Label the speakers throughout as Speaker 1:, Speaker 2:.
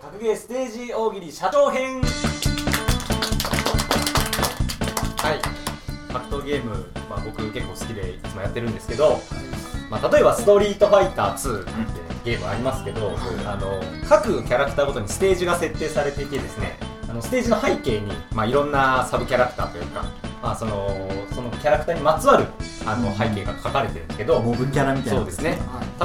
Speaker 1: 格ゲーステージ大喜利社長編
Speaker 2: はい格闘ゲーム、まあ、僕結構好きでいつもやってるんですけど、まあ、例えば「ストリートファイター2」ってゲームありますけど、あの各キャラクターごとにステージが設定されていてですねあのステージの背景に、まあ、いろんなサブキャラクターというか、まあ、そのそのキャラクターにまつわるあの背景が書かれてるんですけど、
Speaker 3: モブキャラみたいな
Speaker 2: そうですね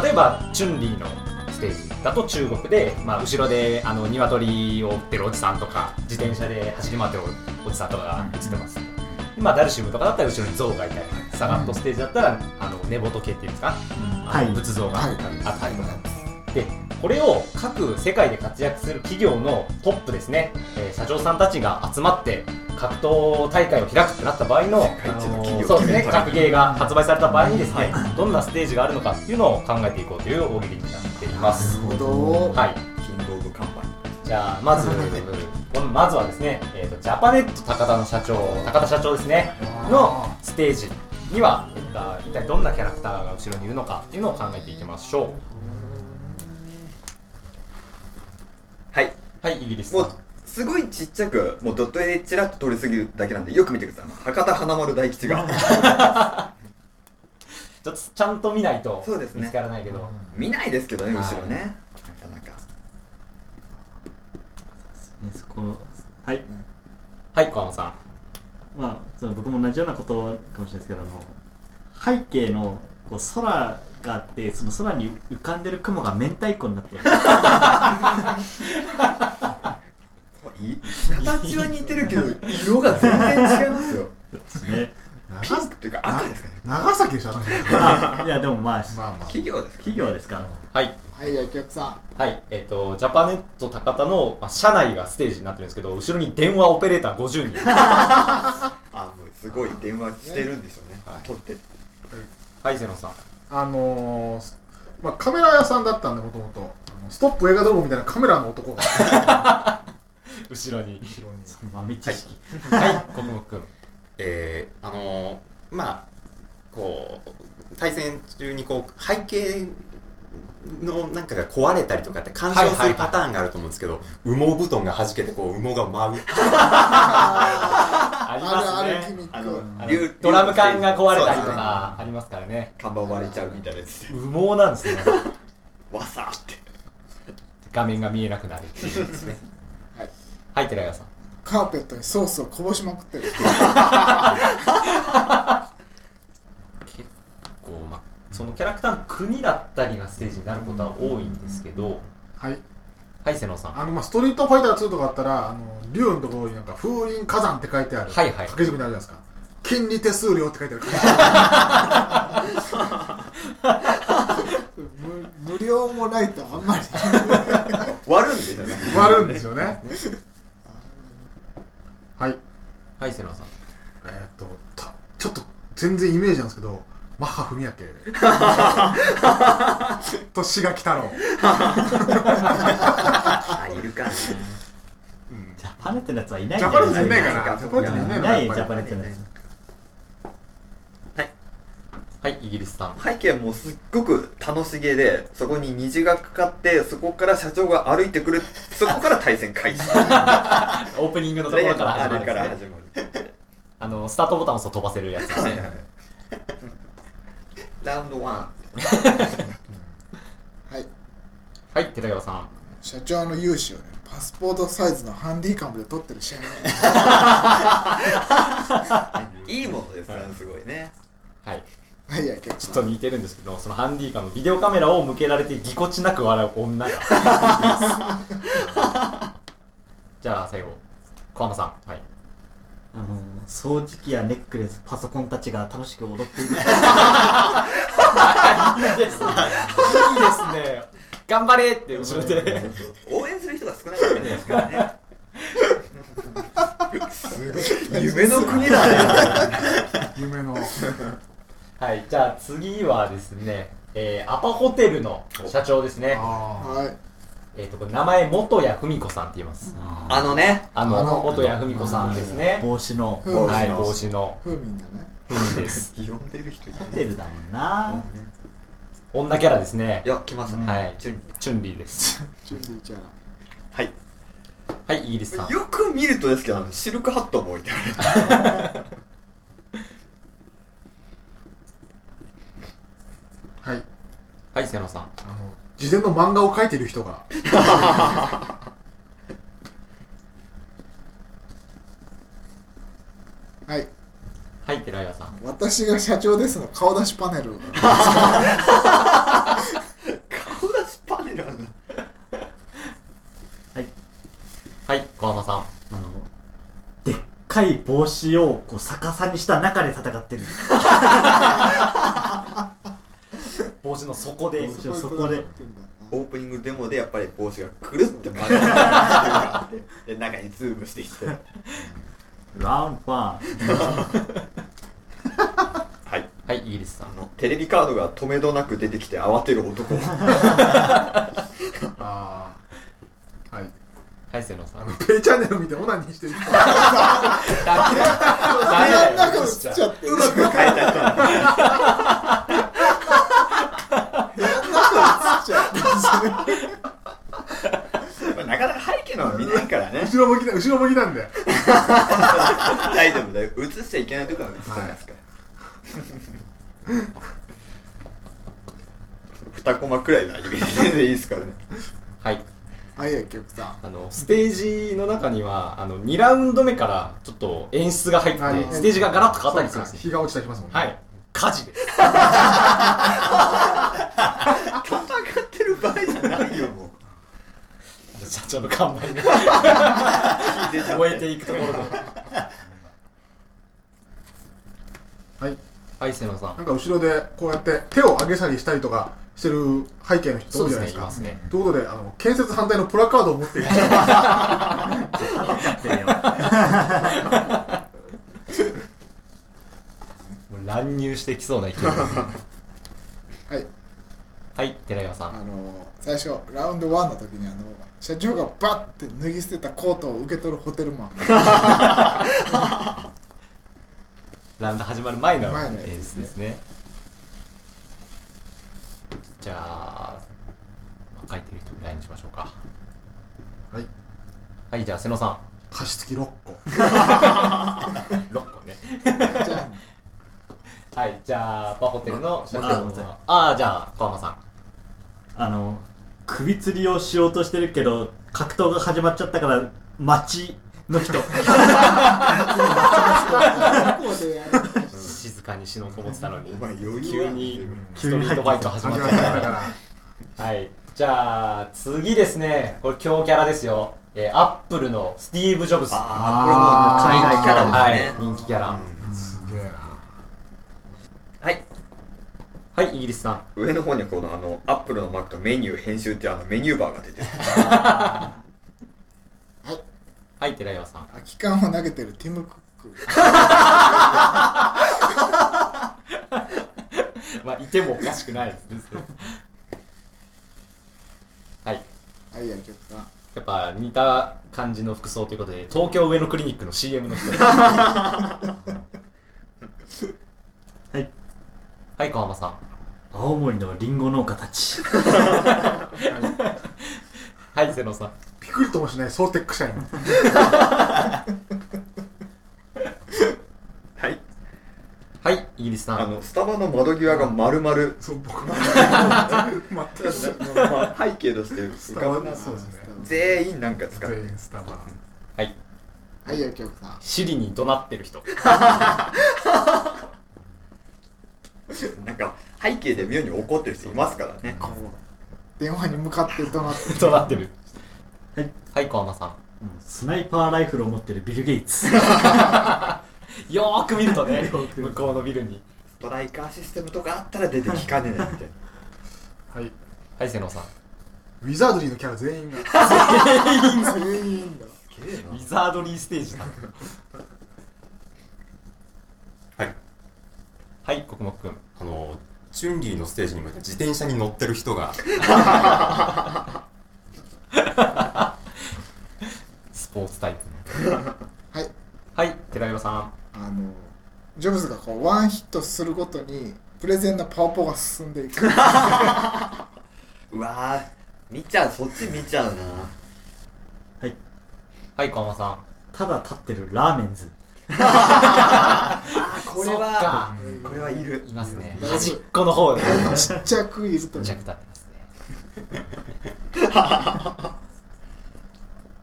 Speaker 2: 例えばチュンリーのステージだと中国で、まあ、後ろであの鶏を売ってるおじさんとか自転車で走り回ってるおじさんとかが映ってます、でまあ、ダルシムとかだったら後ろに象がいたりサガットステージだったら、あの寝仏系っていうんですか、あの
Speaker 3: はい
Speaker 2: 仏像があ
Speaker 3: は
Speaker 2: っ
Speaker 3: い
Speaker 2: たりとか、でこれを各世界で活躍する企業のトップですね、えー社長さんたちが集まって格闘大会を開くってなった場合の
Speaker 4: 世界一の企業
Speaker 2: あのそうですね
Speaker 4: 決めたら
Speaker 2: 格ゲーが発売された場合にですね、どんなステージがあるのかっていうのを考えていこうという大喜利になっています。
Speaker 3: なるほど
Speaker 2: はい、
Speaker 4: キングオブカンパニ
Speaker 2: じゃあま ずこのまずはですね、えー、とジャパネット高田の社長高田社長ですねのステージには、えーと一体どんなキャラクターが後ろにいるのかっていうのを考えていきましょ
Speaker 4: ーはい。
Speaker 2: うはいイギリスさ
Speaker 4: も
Speaker 2: ん
Speaker 4: う、すごいちっちゃく、もうドット絵ちらっと通り過ぎるだけなんで、よく見てください。博多華丸大吉が。
Speaker 2: ちょっとちゃんと見ないと
Speaker 4: そうですね
Speaker 2: 見つからないけど、
Speaker 4: 見ないですけどね、
Speaker 2: はい
Speaker 4: 後ろね。なかなか。
Speaker 3: ねそこはい
Speaker 2: はい小浜さん
Speaker 3: まあその僕も同じようなことかもしれないですけどあの背景のこう空があってその空に浮かんでる雲が明太子になってる
Speaker 4: い形は似てるけど、色が全然違いますよ。
Speaker 3: ね
Speaker 4: ピンクっていうか赤ですかね。
Speaker 5: 長崎でしょあの人
Speaker 3: あいやでもまあ
Speaker 5: まあまあ
Speaker 4: 企業ですか
Speaker 3: 企業ですから
Speaker 2: はい
Speaker 5: はいじゃあお客さ
Speaker 2: はいえっ、とジャパネット高田の、まあ、社内がステージになってるんですけど後ろに電話オペレーター50人
Speaker 4: あ、もうすごい電話してるんでしょうね
Speaker 2: はい。
Speaker 4: 取って。
Speaker 2: はい瀬野さん
Speaker 5: んあのーまあ、カメラ屋さんだったんでもともとストップ映画泥棒みたいなカメラの男が
Speaker 2: 後ろに
Speaker 5: 後ろに
Speaker 3: 豆知識
Speaker 2: はい国木 君
Speaker 6: えーあのーまあこう対戦中にこう背景のなんかが壊れたりとかって干渉
Speaker 2: はいは
Speaker 6: す
Speaker 2: いは
Speaker 6: る
Speaker 2: い
Speaker 6: パターンがあると思うんですけど、羽毛布団が弾けてこう羽毛が舞う
Speaker 2: あ
Speaker 5: あ
Speaker 2: り
Speaker 5: る
Speaker 2: ま
Speaker 5: ある
Speaker 2: す
Speaker 5: ギ
Speaker 2: ね
Speaker 5: ミッ
Speaker 4: あ
Speaker 5: ク
Speaker 4: の、
Speaker 2: あ
Speaker 4: 竜
Speaker 2: のドラム缶が壊れたりと
Speaker 4: そうですね
Speaker 2: かありますからね
Speaker 4: 看板割れちゃうみたいなやつで。
Speaker 2: 羽毛なんですね
Speaker 4: わさーって。
Speaker 2: 画面が見えなくなるっていうですね
Speaker 5: はい
Speaker 2: はい寺川さん
Speaker 5: カーペットにソースをこぼしまくってる
Speaker 2: こう、まあ、そのキャラクターの国だったりがステージになることは多いんですけど
Speaker 5: はい
Speaker 2: はい瀬野さん
Speaker 5: あの、まあ、ストリートファイター2とかあったらあの竜のところになんか風林火山って書いてある
Speaker 2: はいはい
Speaker 5: 掛け軸にあるじゃないですか金利手数料って書いてある 無無料もないとあんまり
Speaker 4: 割るんですよね。
Speaker 5: 割るんですよ ねはい
Speaker 2: はい瀬野さん
Speaker 5: えーっとたちょっと全然イメージなんですけどマッハ文 明と志垣太郎
Speaker 4: あ、いるかな。
Speaker 3: ジャパネットのやつはいないん
Speaker 5: ジ
Speaker 3: じゃ
Speaker 5: ャ
Speaker 3: ない
Speaker 5: パネットいないか
Speaker 3: い
Speaker 5: なジャパネットいないのか
Speaker 3: な
Speaker 5: や
Speaker 3: い
Speaker 5: っ
Speaker 3: よ
Speaker 5: ぱり
Speaker 3: ジャパネットのやつ
Speaker 2: はいイギリスさん
Speaker 4: 背景もすっごく楽しげで、そこに虹がかかって、そこから社長が歩いてくる、そこから対戦開始。
Speaker 2: オープニングのところ から始まるん
Speaker 4: あれ
Speaker 2: で
Speaker 4: か
Speaker 2: す
Speaker 4: ら
Speaker 2: ね
Speaker 4: 始まる。
Speaker 2: あのスタートボタンを押すと飛ばせるやつですね
Speaker 4: ラウンドワ
Speaker 5: はい
Speaker 2: はい寺川さん
Speaker 5: 社長の融資をねパスポートサイズのハンディカムで取ってる試合
Speaker 4: ン。いいものですね、すごいね。
Speaker 2: はい
Speaker 5: はいはい結構
Speaker 2: ちょっと似てるんですけどそのハンディカムビデオカメラを向けられてぎこちなく笑う女が じゃあ最後小浜さんはい
Speaker 3: あの掃除機やネックレスパソコンたちが楽しく踊ってい
Speaker 2: いい
Speaker 3: る
Speaker 2: ですねいいですね頑張れって後ろで
Speaker 4: 応援する人が少ないからですからね。すごい。夢の国だね。
Speaker 5: 夢の
Speaker 2: はいじゃあ次はですねえー、アパホテルの社長ですね。
Speaker 5: あーはい
Speaker 2: えっ、と、これ名前、元谷文子さんって言います。
Speaker 4: あのね、
Speaker 2: あの、
Speaker 5: あの
Speaker 2: 元谷文子さんですね。
Speaker 3: 帽子の
Speaker 5: ふ
Speaker 4: 帽子
Speaker 2: はい、帽子の
Speaker 5: 風味だね
Speaker 2: 文です。
Speaker 4: 呼んでる人い
Speaker 3: ホテルだもんな
Speaker 2: 女キャラですね。
Speaker 4: や、来ますね。
Speaker 2: はい
Speaker 4: チュンリー
Speaker 2: チュンリーです。
Speaker 5: 準備じゃ
Speaker 4: はい。
Speaker 2: はい、イギリスさん。
Speaker 4: よく見るとですけど、シルクハットも置いてある。
Speaker 5: はい
Speaker 2: はい、瀬野さん。
Speaker 5: あの事前の漫画を描いてる人 が
Speaker 7: はい
Speaker 2: はい、寺岩さん。
Speaker 7: 私が社長ですの顔出しパネル
Speaker 4: 顔出しパネルあるな。
Speaker 2: はい、小浜さん。
Speaker 3: あの、でっかい帽子をこう逆さにした中で戦っ てる。
Speaker 2: 帽子の底で。
Speaker 3: 一応そこで。
Speaker 4: オープニングデモでやっぱり帽子がくるって曲が ってるっていうのがあってで中にズームしてきて
Speaker 3: ラウンドワン。
Speaker 4: はい
Speaker 2: はい、イギリスさ
Speaker 4: あ
Speaker 2: ん。
Speaker 4: のテレビカードが止めどなく出てきて慌てる男
Speaker 5: ああはい
Speaker 2: はい、瀬野 さん。だ
Speaker 5: ペイチャンネル見てオナニーしてる人
Speaker 2: けだ
Speaker 7: あんなこと映っちゃって
Speaker 4: うまく書い た人なんだやっぱなかなか背景のは見ないからね
Speaker 5: 後ろ向きな後ろ向きなんで
Speaker 4: 大丈夫だよ映しちゃいけないとこは映さないですから二コマくらいのアニメ全然いいです からね
Speaker 2: はい。
Speaker 7: はいはい局さん
Speaker 2: あの、ステージの中には、あの、2ラウンド目から、ちょっと演出が入
Speaker 5: は
Speaker 2: っ
Speaker 5: い
Speaker 2: て、ステージがガラッと変わったりするんですよ。
Speaker 5: 日が落ちたりしますもんね
Speaker 2: はい。火事です。
Speaker 4: 戦ってる場合じゃないよもう
Speaker 2: 社長の看板が
Speaker 4: 聞いてた
Speaker 2: 燃えていくところで。
Speaker 5: はい
Speaker 2: はい、瀬野さ。
Speaker 5: なんんか後ろでこうやって手を上げ下げしたりとかしてる背景の人
Speaker 2: そう
Speaker 5: 多い
Speaker 2: で
Speaker 5: じゃ
Speaker 2: すね、い
Speaker 5: ないですか
Speaker 2: ますね。
Speaker 5: ということであの建設反対のプラカードを持っている人
Speaker 3: やってるよ。
Speaker 2: もう乱入してきそうな勢いです。
Speaker 7: はい
Speaker 2: はい、寺岩さ
Speaker 7: あ
Speaker 2: ん。
Speaker 7: の最初ラウンド1の時にあの社長がバッて脱ぎ捨てたコートを受け取るホテルマン
Speaker 2: ラウンド始まる前の
Speaker 7: 前のやつ
Speaker 2: 演出ですね。じゃあ、書いてる人ぐらいにしましょうか。
Speaker 5: はい。
Speaker 2: はい、じゃあ、瀬野さ
Speaker 5: 加湿器6個
Speaker 2: ん。6個ね。
Speaker 7: じゃ
Speaker 2: はい、じゃあ、パホテルの社長
Speaker 3: あもう一
Speaker 2: の。ああ、じゃあ、小浜さん。
Speaker 3: あの、首吊りをしようとしてるけど、格闘が始まっちゃったから、待ちの 人。
Speaker 7: あこうでやる
Speaker 2: 静かに死のうと思ってたのに
Speaker 4: お、前余裕
Speaker 2: 急
Speaker 4: あるね
Speaker 2: にストリートファイト始まっち
Speaker 5: 始
Speaker 2: ゃ
Speaker 5: ま
Speaker 2: ったた
Speaker 5: っか
Speaker 2: からはい。じゃあ、次ですね。これ、強キャラですよ。えーアップルのスティーブ・ジョブズ。
Speaker 5: あ
Speaker 4: これもう海外キャラ
Speaker 2: は
Speaker 4: で
Speaker 2: い
Speaker 4: すね、
Speaker 2: 人気キャラ。
Speaker 5: すげえな
Speaker 4: はい
Speaker 2: はい、イギリスさん。
Speaker 4: 上の方にこのあのアップルのマックとメニュー編集っていうあのメニューバーが出てる
Speaker 2: はい、寺岩さん。
Speaker 7: 空き缶を投げてるティム・クック
Speaker 2: まあ、いてもおかしくないですね。 はい。
Speaker 7: はいはい局さん
Speaker 2: やっぱ似た感じの服装ということで、東京上野クリニックの CM の 人。
Speaker 3: はい。
Speaker 2: はい、小浜さん。
Speaker 3: 青森のリンゴ農家たち。
Speaker 2: はい、瀬野さん。
Speaker 5: ピクリともしないソーテック社員
Speaker 4: はい
Speaker 2: はい、イギリスさ
Speaker 4: あ
Speaker 2: ん。
Speaker 4: のスタバの窓際が丸々、
Speaker 5: そう僕 も
Speaker 4: まあ、背景として浮かぶ
Speaker 5: そうですね
Speaker 4: 全員なんか使っ
Speaker 5: 全
Speaker 4: て
Speaker 5: 員スタバ
Speaker 2: はい。
Speaker 7: はいはい局さん
Speaker 2: シリに怒鳴ってる人。
Speaker 4: なんか背景で妙に怒ってる人いますからね
Speaker 7: こう電話に向かって怒鳴って
Speaker 2: 怒鳴ってる。
Speaker 3: はい。
Speaker 2: はい、小浜さん。
Speaker 3: スナイパーライフルを持ってるビル・ゲイツ。
Speaker 2: よーく見るとね、
Speaker 3: よーく
Speaker 2: 向こうのビルに。
Speaker 4: ストライカーシステムとかあったら出てきかねないみたいな
Speaker 5: はい
Speaker 2: はい、瀬野さん。
Speaker 5: ウィザードリーのキャラ全員が
Speaker 7: 全員だ
Speaker 2: ウィザードリーステー ジだ。
Speaker 6: はい。
Speaker 2: はい、国木くん。
Speaker 6: あの、チュンリーのステージに向いて自転車に乗ってる人が、
Speaker 2: スポーツタイプ。
Speaker 7: はい
Speaker 2: はい、寺岩さん。
Speaker 7: あのジョブズがこうワンヒットするごとにプレゼンのパワポが進んでいくは
Speaker 4: うわー見ちゃうそっち見ちゃうな
Speaker 3: はい。
Speaker 2: はい、小浜さん。
Speaker 3: ただ立ってるラーメンズ
Speaker 2: これは、
Speaker 4: これはいる
Speaker 2: いますね。
Speaker 7: うん
Speaker 2: 端っこの方で、
Speaker 7: ちっちゃくいると
Speaker 2: めちゃく立ってますね。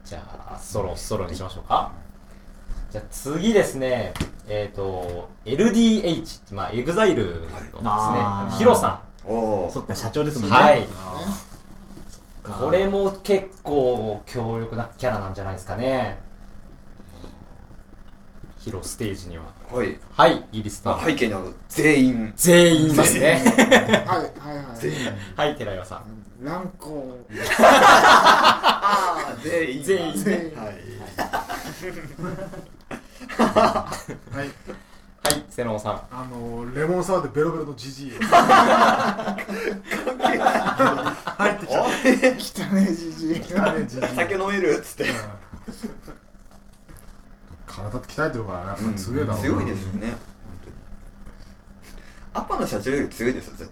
Speaker 2: じゃあ、ソロ、ソロにしましょうか。じゃあ次ですね、えっ、と、LDH、まあ、EXILE のですね、
Speaker 3: あー
Speaker 2: ヒロさ
Speaker 4: お
Speaker 3: そ
Speaker 4: ー
Speaker 3: っか社長ですも
Speaker 2: ん。
Speaker 3: んね
Speaker 2: はい。
Speaker 3: そっか
Speaker 2: これも結構強力なキャラなんじゃないですかね。ヒロステージには。
Speaker 4: はい
Speaker 2: はい、イギリス
Speaker 4: あ
Speaker 2: の
Speaker 4: 背景にある全員
Speaker 2: 全員いますね。
Speaker 7: はいはいはい
Speaker 4: 全員
Speaker 2: はい、寺岩さん。
Speaker 7: 乱行
Speaker 4: ああ全員
Speaker 2: 全員
Speaker 7: 全員
Speaker 4: はい
Speaker 5: は
Speaker 2: は
Speaker 5: い
Speaker 2: い、瀬能さん。
Speaker 5: あのレモンサワーでベロベロのジジイ入ってきた
Speaker 7: 汚いじじい
Speaker 5: ねジジイ
Speaker 4: 酒飲めるっつって
Speaker 5: 体って鍛えてるからねやっぱり強いだろうな
Speaker 4: 強いですよね本当にアパの社長より強いですよ絶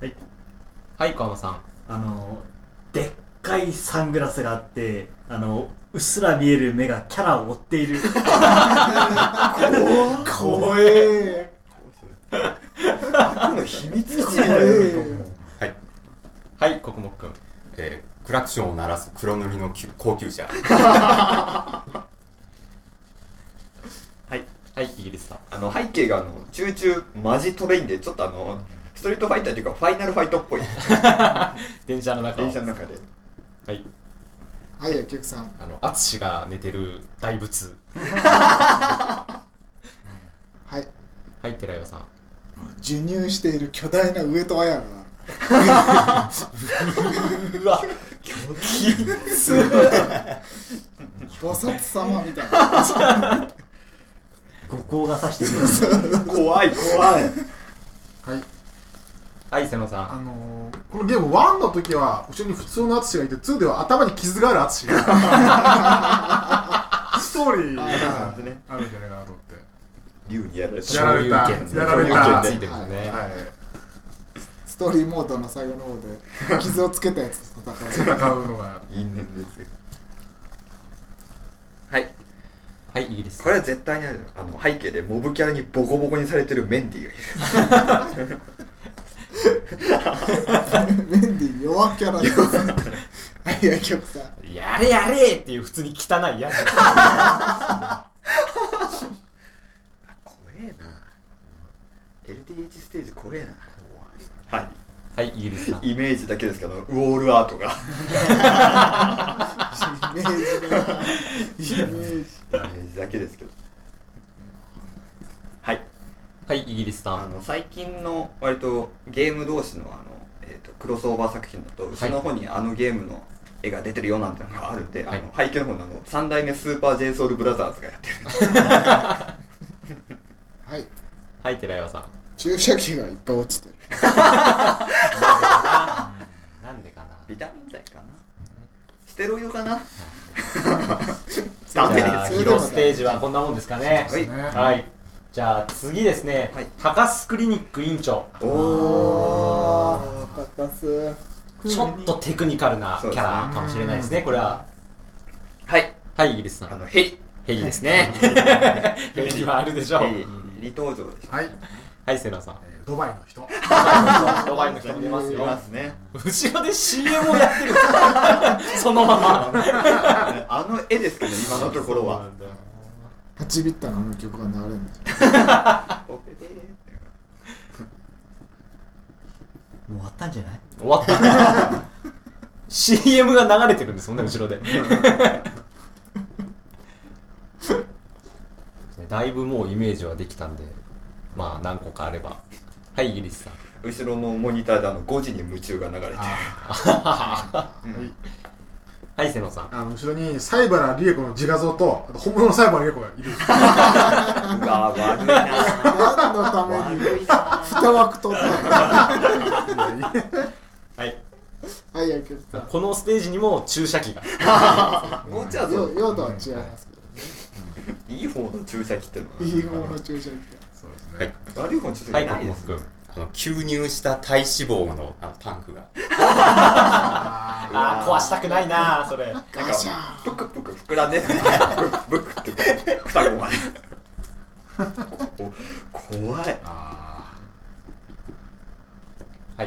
Speaker 4: 対
Speaker 2: はい、小浜さん。
Speaker 3: あのでっかいサングラスがあってあのうっすら見える目がキャラを追っている
Speaker 7: 怖え
Speaker 4: アパの秘密基地
Speaker 7: 怖
Speaker 4: だよ
Speaker 7: え
Speaker 2: はい、国木くん。
Speaker 6: えークラクションを鳴らす黒塗りのき高級 車。
Speaker 2: はい、イギリスさん。
Speaker 4: あの背景があのチューチューマジトレインでちょっとあのストリートファイターというかファイナルファイトっぽい
Speaker 2: 電車の中を
Speaker 4: 電車の中で
Speaker 2: はい、
Speaker 7: はいお客さん
Speaker 2: あの、淳が寝てる大仏。
Speaker 7: はい
Speaker 2: はい、寺岩さん。
Speaker 7: 授乳している巨大な上戸彩が
Speaker 2: うわ、
Speaker 7: 菩薩様みたいな
Speaker 3: 五光が指してる
Speaker 4: 怖い怖い
Speaker 5: はい
Speaker 2: はい、瀬野さ
Speaker 5: あ
Speaker 2: ん。
Speaker 5: のー、このゲーム1の時は後ろに普通の淳がいて2では頭に傷がある淳がストーリー
Speaker 4: あ
Speaker 5: が
Speaker 4: ーね
Speaker 5: あるんじゃないかなと思って
Speaker 4: 竜にやられた
Speaker 5: やられたやられた
Speaker 2: ついてますね。
Speaker 5: はい
Speaker 7: ストーリーモードの最後の方で傷をつけたやつと戦う
Speaker 5: 戦うのが
Speaker 4: 因縁ですよはい
Speaker 2: はい、イギリス
Speaker 4: これは絶対にあるあの背景でモブキャラにボコボコにされてるメンディーがいる
Speaker 7: メンディー弱キャラですはいお客さん
Speaker 2: やれやれっていう普通に汚いやつ。
Speaker 4: 怖えな LDH ステージ怖えなは
Speaker 2: はい、イギリスさん。
Speaker 4: いイメージだけですけどウォールアートが
Speaker 7: イメージがイメージ
Speaker 4: イメージだけですけどはい
Speaker 2: はい、イギリスさ
Speaker 4: あ
Speaker 2: ん。
Speaker 4: の最近の割とゲーム同士のあの、えー、とクロスオーバー作品だと後ろの方にあのゲームの絵が出てるよなんてのがあるんで、
Speaker 2: はい
Speaker 4: あの背景の方のあの三代目スーパー JSOULBROTHERS がやってる
Speaker 7: はい
Speaker 2: はい、寺岩さん。
Speaker 7: 注射器がいっぱい落ちてる
Speaker 2: なんでかな。
Speaker 4: ビタミン剤かなステロイドかな
Speaker 2: じ
Speaker 4: ダメ
Speaker 2: ゃあ、
Speaker 4: です
Speaker 7: よ
Speaker 2: ヒロステージはこんなもんですかね。
Speaker 4: はい
Speaker 5: ね
Speaker 2: はい。じゃあ、次ですね
Speaker 4: はい。
Speaker 2: 高須クリニック院長。
Speaker 7: あ
Speaker 4: おお
Speaker 7: ーよかったっす
Speaker 2: ちょっとテクニカルなキャラかもしれないですね、これは。
Speaker 4: はい
Speaker 2: はい、イギリスさ
Speaker 4: あ
Speaker 2: ん。
Speaker 4: のヘリ
Speaker 2: ヘイですね。ヘイはあるでしょう。
Speaker 4: ヘリ離登場でし
Speaker 5: はい、
Speaker 2: はい、セナさん。
Speaker 5: えードバイの人
Speaker 2: ドバイの人も出ます
Speaker 4: い
Speaker 2: よ
Speaker 4: ま。すね
Speaker 2: 後ろで CM をやって る。そのまま。
Speaker 4: あの絵ですけど今のところは
Speaker 7: 8ビッターのあの曲が流れるんだ
Speaker 3: もう終わったんじゃない
Speaker 2: 終わった。CM が流れてるんですもんね、後ろで。 だいぶもうイメージはできたんで、まあ何個かあれば。はい、イギリスさん。
Speaker 4: 後ろのモニターであの5時に夢中が流れてる
Speaker 2: はい、セノさん。
Speaker 5: あの後ろに西原理恵子の自画像とあと本物の西原理恵子がいる
Speaker 4: うわ悪い な
Speaker 7: 何のために
Speaker 4: 悪いな
Speaker 7: 二枠取った
Speaker 2: はい。
Speaker 7: はいお客さん
Speaker 2: このステージにも注射器が。
Speaker 4: もうちょっ
Speaker 7: 用
Speaker 4: と
Speaker 7: 用途は違いますけ
Speaker 4: いい方の注射器っての
Speaker 7: どいい方の注射器
Speaker 5: そうです
Speaker 6: ね
Speaker 5: ね
Speaker 4: は悪い方の注射
Speaker 2: は
Speaker 4: 器
Speaker 2: い、
Speaker 4: ない
Speaker 2: 国
Speaker 4: で
Speaker 2: 木
Speaker 4: す
Speaker 2: くん。
Speaker 6: あの吸入した体脂肪のあのタンクが
Speaker 2: あー壊したくないなそれ
Speaker 4: なんかプクプク膨らんでるブクブクって双子までお怖い
Speaker 7: はい、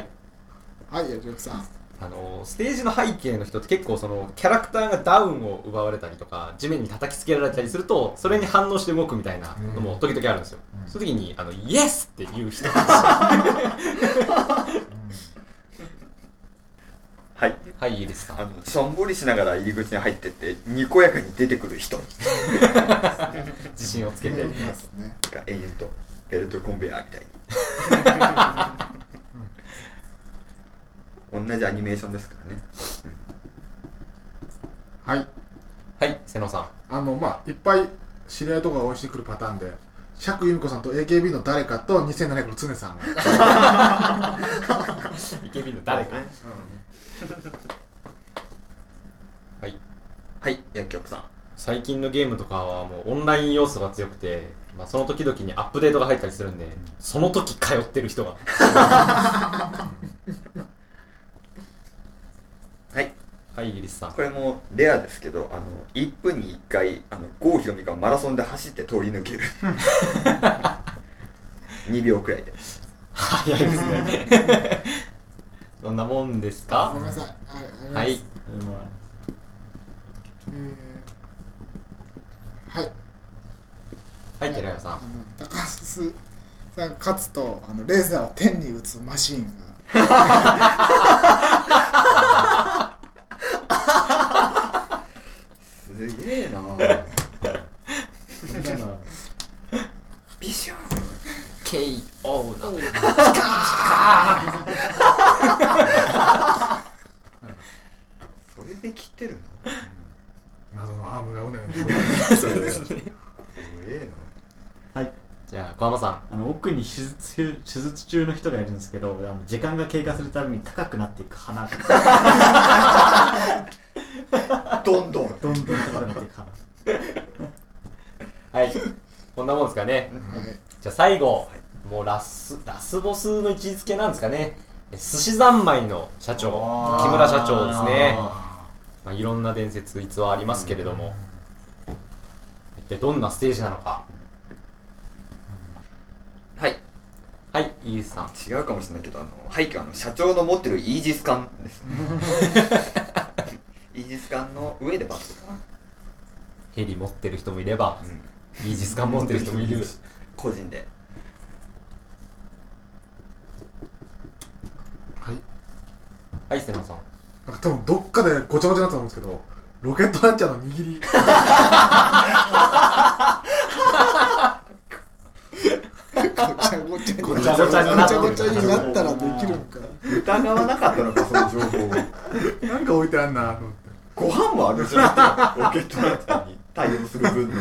Speaker 7: やじろくさん。
Speaker 2: あのステージの背景の人って結構そのキャラクターがダウンを奪われたりとか地面に叩きつけられたりするとそれに反応して動くみたいなのも時々あるんですよ、そういう時にあのイエスっていう人 が
Speaker 4: はい
Speaker 2: はいいいです
Speaker 4: あ
Speaker 2: か
Speaker 4: のしょんぼりしながら入り口に入ってってにこやかに出てくる人が
Speaker 2: 自信をつけて
Speaker 7: いますね。
Speaker 4: 永遠とベルトコンベヤーみたいに同じアニメーションですからね
Speaker 5: はい
Speaker 2: はい瀬野さん
Speaker 5: あのまあいっぱい知り合いとかが応援してくるパターンで釈由美子さんと AKB の誰かと2700の常さん
Speaker 2: イケビンの誰かはい
Speaker 4: はい薬局さん
Speaker 2: 最近のゲームとかはもうオンライン要素が強くて、まあ、その時々にアップデートが入ったりするんで、その時通ってる人が
Speaker 4: はい
Speaker 2: はいイギリスさん
Speaker 4: これもレアですけどあの1分に1回あの郷ひろみがマラソンで走って通り抜ける2秒くらいで
Speaker 2: 早いです ねそんなもんです
Speaker 7: ごめん
Speaker 2: か
Speaker 7: なさい。はい。
Speaker 2: は
Speaker 7: あり
Speaker 2: い
Speaker 3: ま
Speaker 7: ます。はい。
Speaker 2: はい寺山さん
Speaker 7: あの高須さんが勝つとあのレーザーを天に打つマシーンが
Speaker 4: すげえな
Speaker 3: あ
Speaker 4: ぁ
Speaker 3: まあ
Speaker 4: ビション
Speaker 2: KO だ
Speaker 4: それで切ってるの
Speaker 5: 謎のアームがうねうね
Speaker 4: 怖え
Speaker 3: はい、
Speaker 2: じゃあ小浜さん
Speaker 3: あの奥に手術中手術中の人がいるんですけどあの時間が経過するたびに高くなっていく花が
Speaker 4: などんどん
Speaker 3: どんどん高くなっていく花
Speaker 2: はいこんなもんですかね
Speaker 7: はい
Speaker 2: じゃあ最後もうラスラスボスの位置づけなんですかね寿司三昧の社長木村社長ですねまあ、いろんな伝説逸話ありますけれども一体どんなステージなのか
Speaker 4: はい
Speaker 2: はいイギリスさん
Speaker 4: 違うかもしれないけどあの背景はあの社長の持ってるイージス艦です ねイージス艦の上でバスかな
Speaker 2: ヘリ持ってる人もいれば
Speaker 4: うん
Speaker 2: イージス艦持ってる人もいる
Speaker 4: 個人で
Speaker 2: はい瀬野さん
Speaker 5: なんか多分どっかでごちゃごちゃになったと思うんですけどロケットランチャーの握り
Speaker 7: ごちゃごちゃに
Speaker 2: ごちゃごちゃになって
Speaker 7: ごちゃ
Speaker 2: る
Speaker 7: ごちゃになったらできるんか
Speaker 4: 疑わなかったのかその情報を
Speaker 5: なんか置いてあんなと思って
Speaker 4: ご飯もあるじゃんロケットランチャーに対応する分の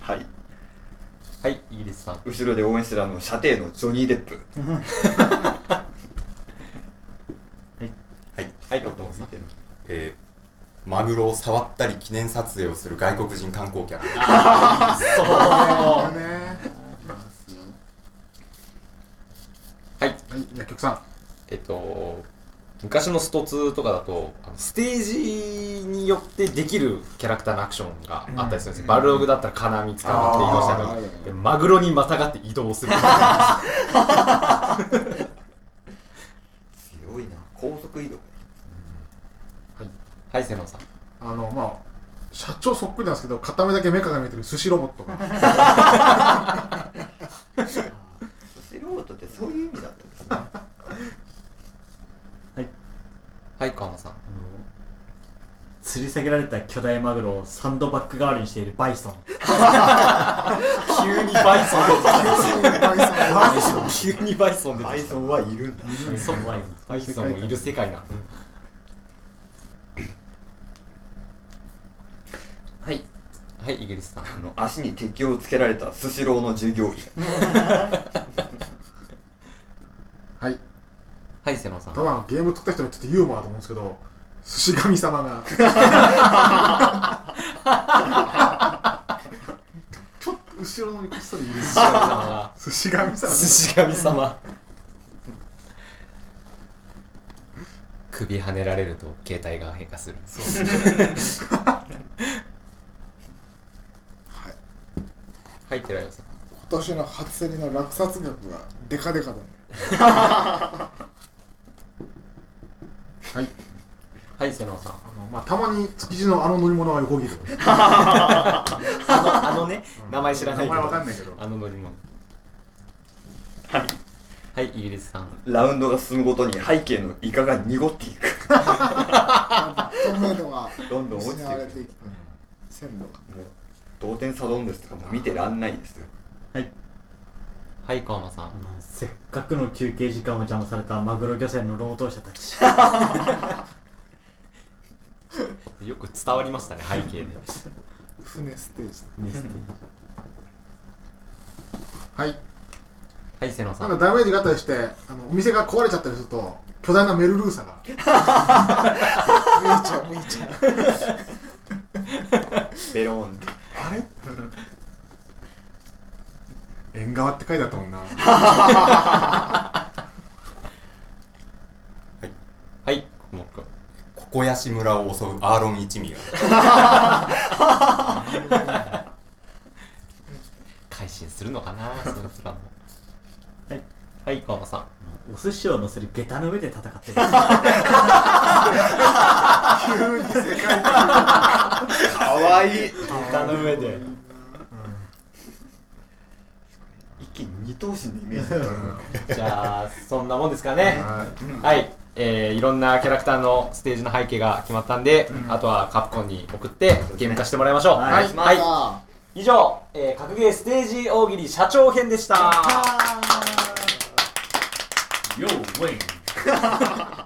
Speaker 4: はい
Speaker 2: はいイギリスさん
Speaker 4: 後ろで応援してるあの射程のジョニー・デップ
Speaker 6: はい
Speaker 2: はいどうも
Speaker 4: 見てる
Speaker 6: えーマグロを触ったり記念撮影をする外国人観光客
Speaker 5: そうね
Speaker 2: はい
Speaker 5: はい薬局さん
Speaker 2: えっと、昔のスト2とかだと、あのステージによってできるキャラクターのアクションがあったりするんですよ。バルログだったら金網使って移動した
Speaker 7: あ
Speaker 2: り
Speaker 7: ー
Speaker 2: でマグロにまたがって移動する。は
Speaker 4: 強いな高速移動
Speaker 2: い、瀬野さん。
Speaker 5: あのまあ社長そっくりなんですけど片目だけ目が見えてる寿司ロボットが
Speaker 4: スロートってそういう意味だったんですね
Speaker 2: はい、川野さん。
Speaker 3: あの吊り下げられた巨大マグロをサンドバッグ代わりにしているバイソン
Speaker 2: 急にバイソ
Speaker 7: バイソン
Speaker 2: ン。急にバイソン 出て
Speaker 4: アイ
Speaker 2: き
Speaker 4: ソンはいるんだ
Speaker 3: バイソンは
Speaker 2: た。バイソンもいる世界な。
Speaker 4: はい
Speaker 2: はい、イギリスさん。
Speaker 4: あの足に敵をつけられたスシローの従業員
Speaker 5: はい
Speaker 2: はい、瀬野さん。
Speaker 5: ただゲーム撮った人にちょっとユーモアだと思うんですけど寿司神様がちょっと後ろのにこっそりいる
Speaker 2: 様
Speaker 5: そうしがみさん
Speaker 2: 寿司神様首跳ねられると携帯が変化する
Speaker 7: はい
Speaker 2: はい寺山さん
Speaker 7: 今年の初競りの落札額がデカデカだね
Speaker 5: はい
Speaker 2: はい瀬野さん
Speaker 5: あの、まあ、たまに築地のあの乗り物が横切る
Speaker 2: あのあのね名前知らない
Speaker 5: 名
Speaker 2: けど
Speaker 5: 前わかんないけど
Speaker 2: あの乗り物はいはいイギリスさん
Speaker 4: ラウンドが進むごとに背景のイカが濁っていく
Speaker 7: 透明度が
Speaker 4: どんどん落ちて
Speaker 7: 失
Speaker 4: い
Speaker 7: われ
Speaker 4: く
Speaker 7: ていく鮮度が
Speaker 4: もう同点サドンデスとかもう見てらんないんですよ
Speaker 2: はい川間さん
Speaker 3: せっかくの休憩時間を邪魔されたマグロ漁船の労働者たち
Speaker 2: よく伝わりましたね背景で
Speaker 7: 船ステージ
Speaker 5: はい
Speaker 2: はい瀬野さ
Speaker 5: なんんかダメージがあったりしてあのお店が壊れちゃったりすると巨大なメルルーサが
Speaker 7: むいちゃうむいちゃう
Speaker 4: ベローンって
Speaker 5: あれ縁側って書いてあったもんな
Speaker 2: はいもう一個
Speaker 6: ここやし村を襲うアーロン一味が
Speaker 2: 改心するのかなそのプランも
Speaker 3: はい
Speaker 2: はい川間さん
Speaker 3: お寿司を乗せる下駄の上で戦ってる
Speaker 5: 急に世界
Speaker 4: かわいい
Speaker 2: 歌の上で
Speaker 4: 一気に二頭身のイメージだったな
Speaker 2: じゃあそんなもんですかね
Speaker 5: はい
Speaker 2: はい、えーいろんなキャラクターのステージの背景が決まったんで、あとはカプコンに送ってゲーム化してもらいましょう。
Speaker 3: はい
Speaker 2: はい、
Speaker 7: また
Speaker 1: 以上、えー、格ゲーステージ大喜利社長編でした。
Speaker 2: Yo, Wayne.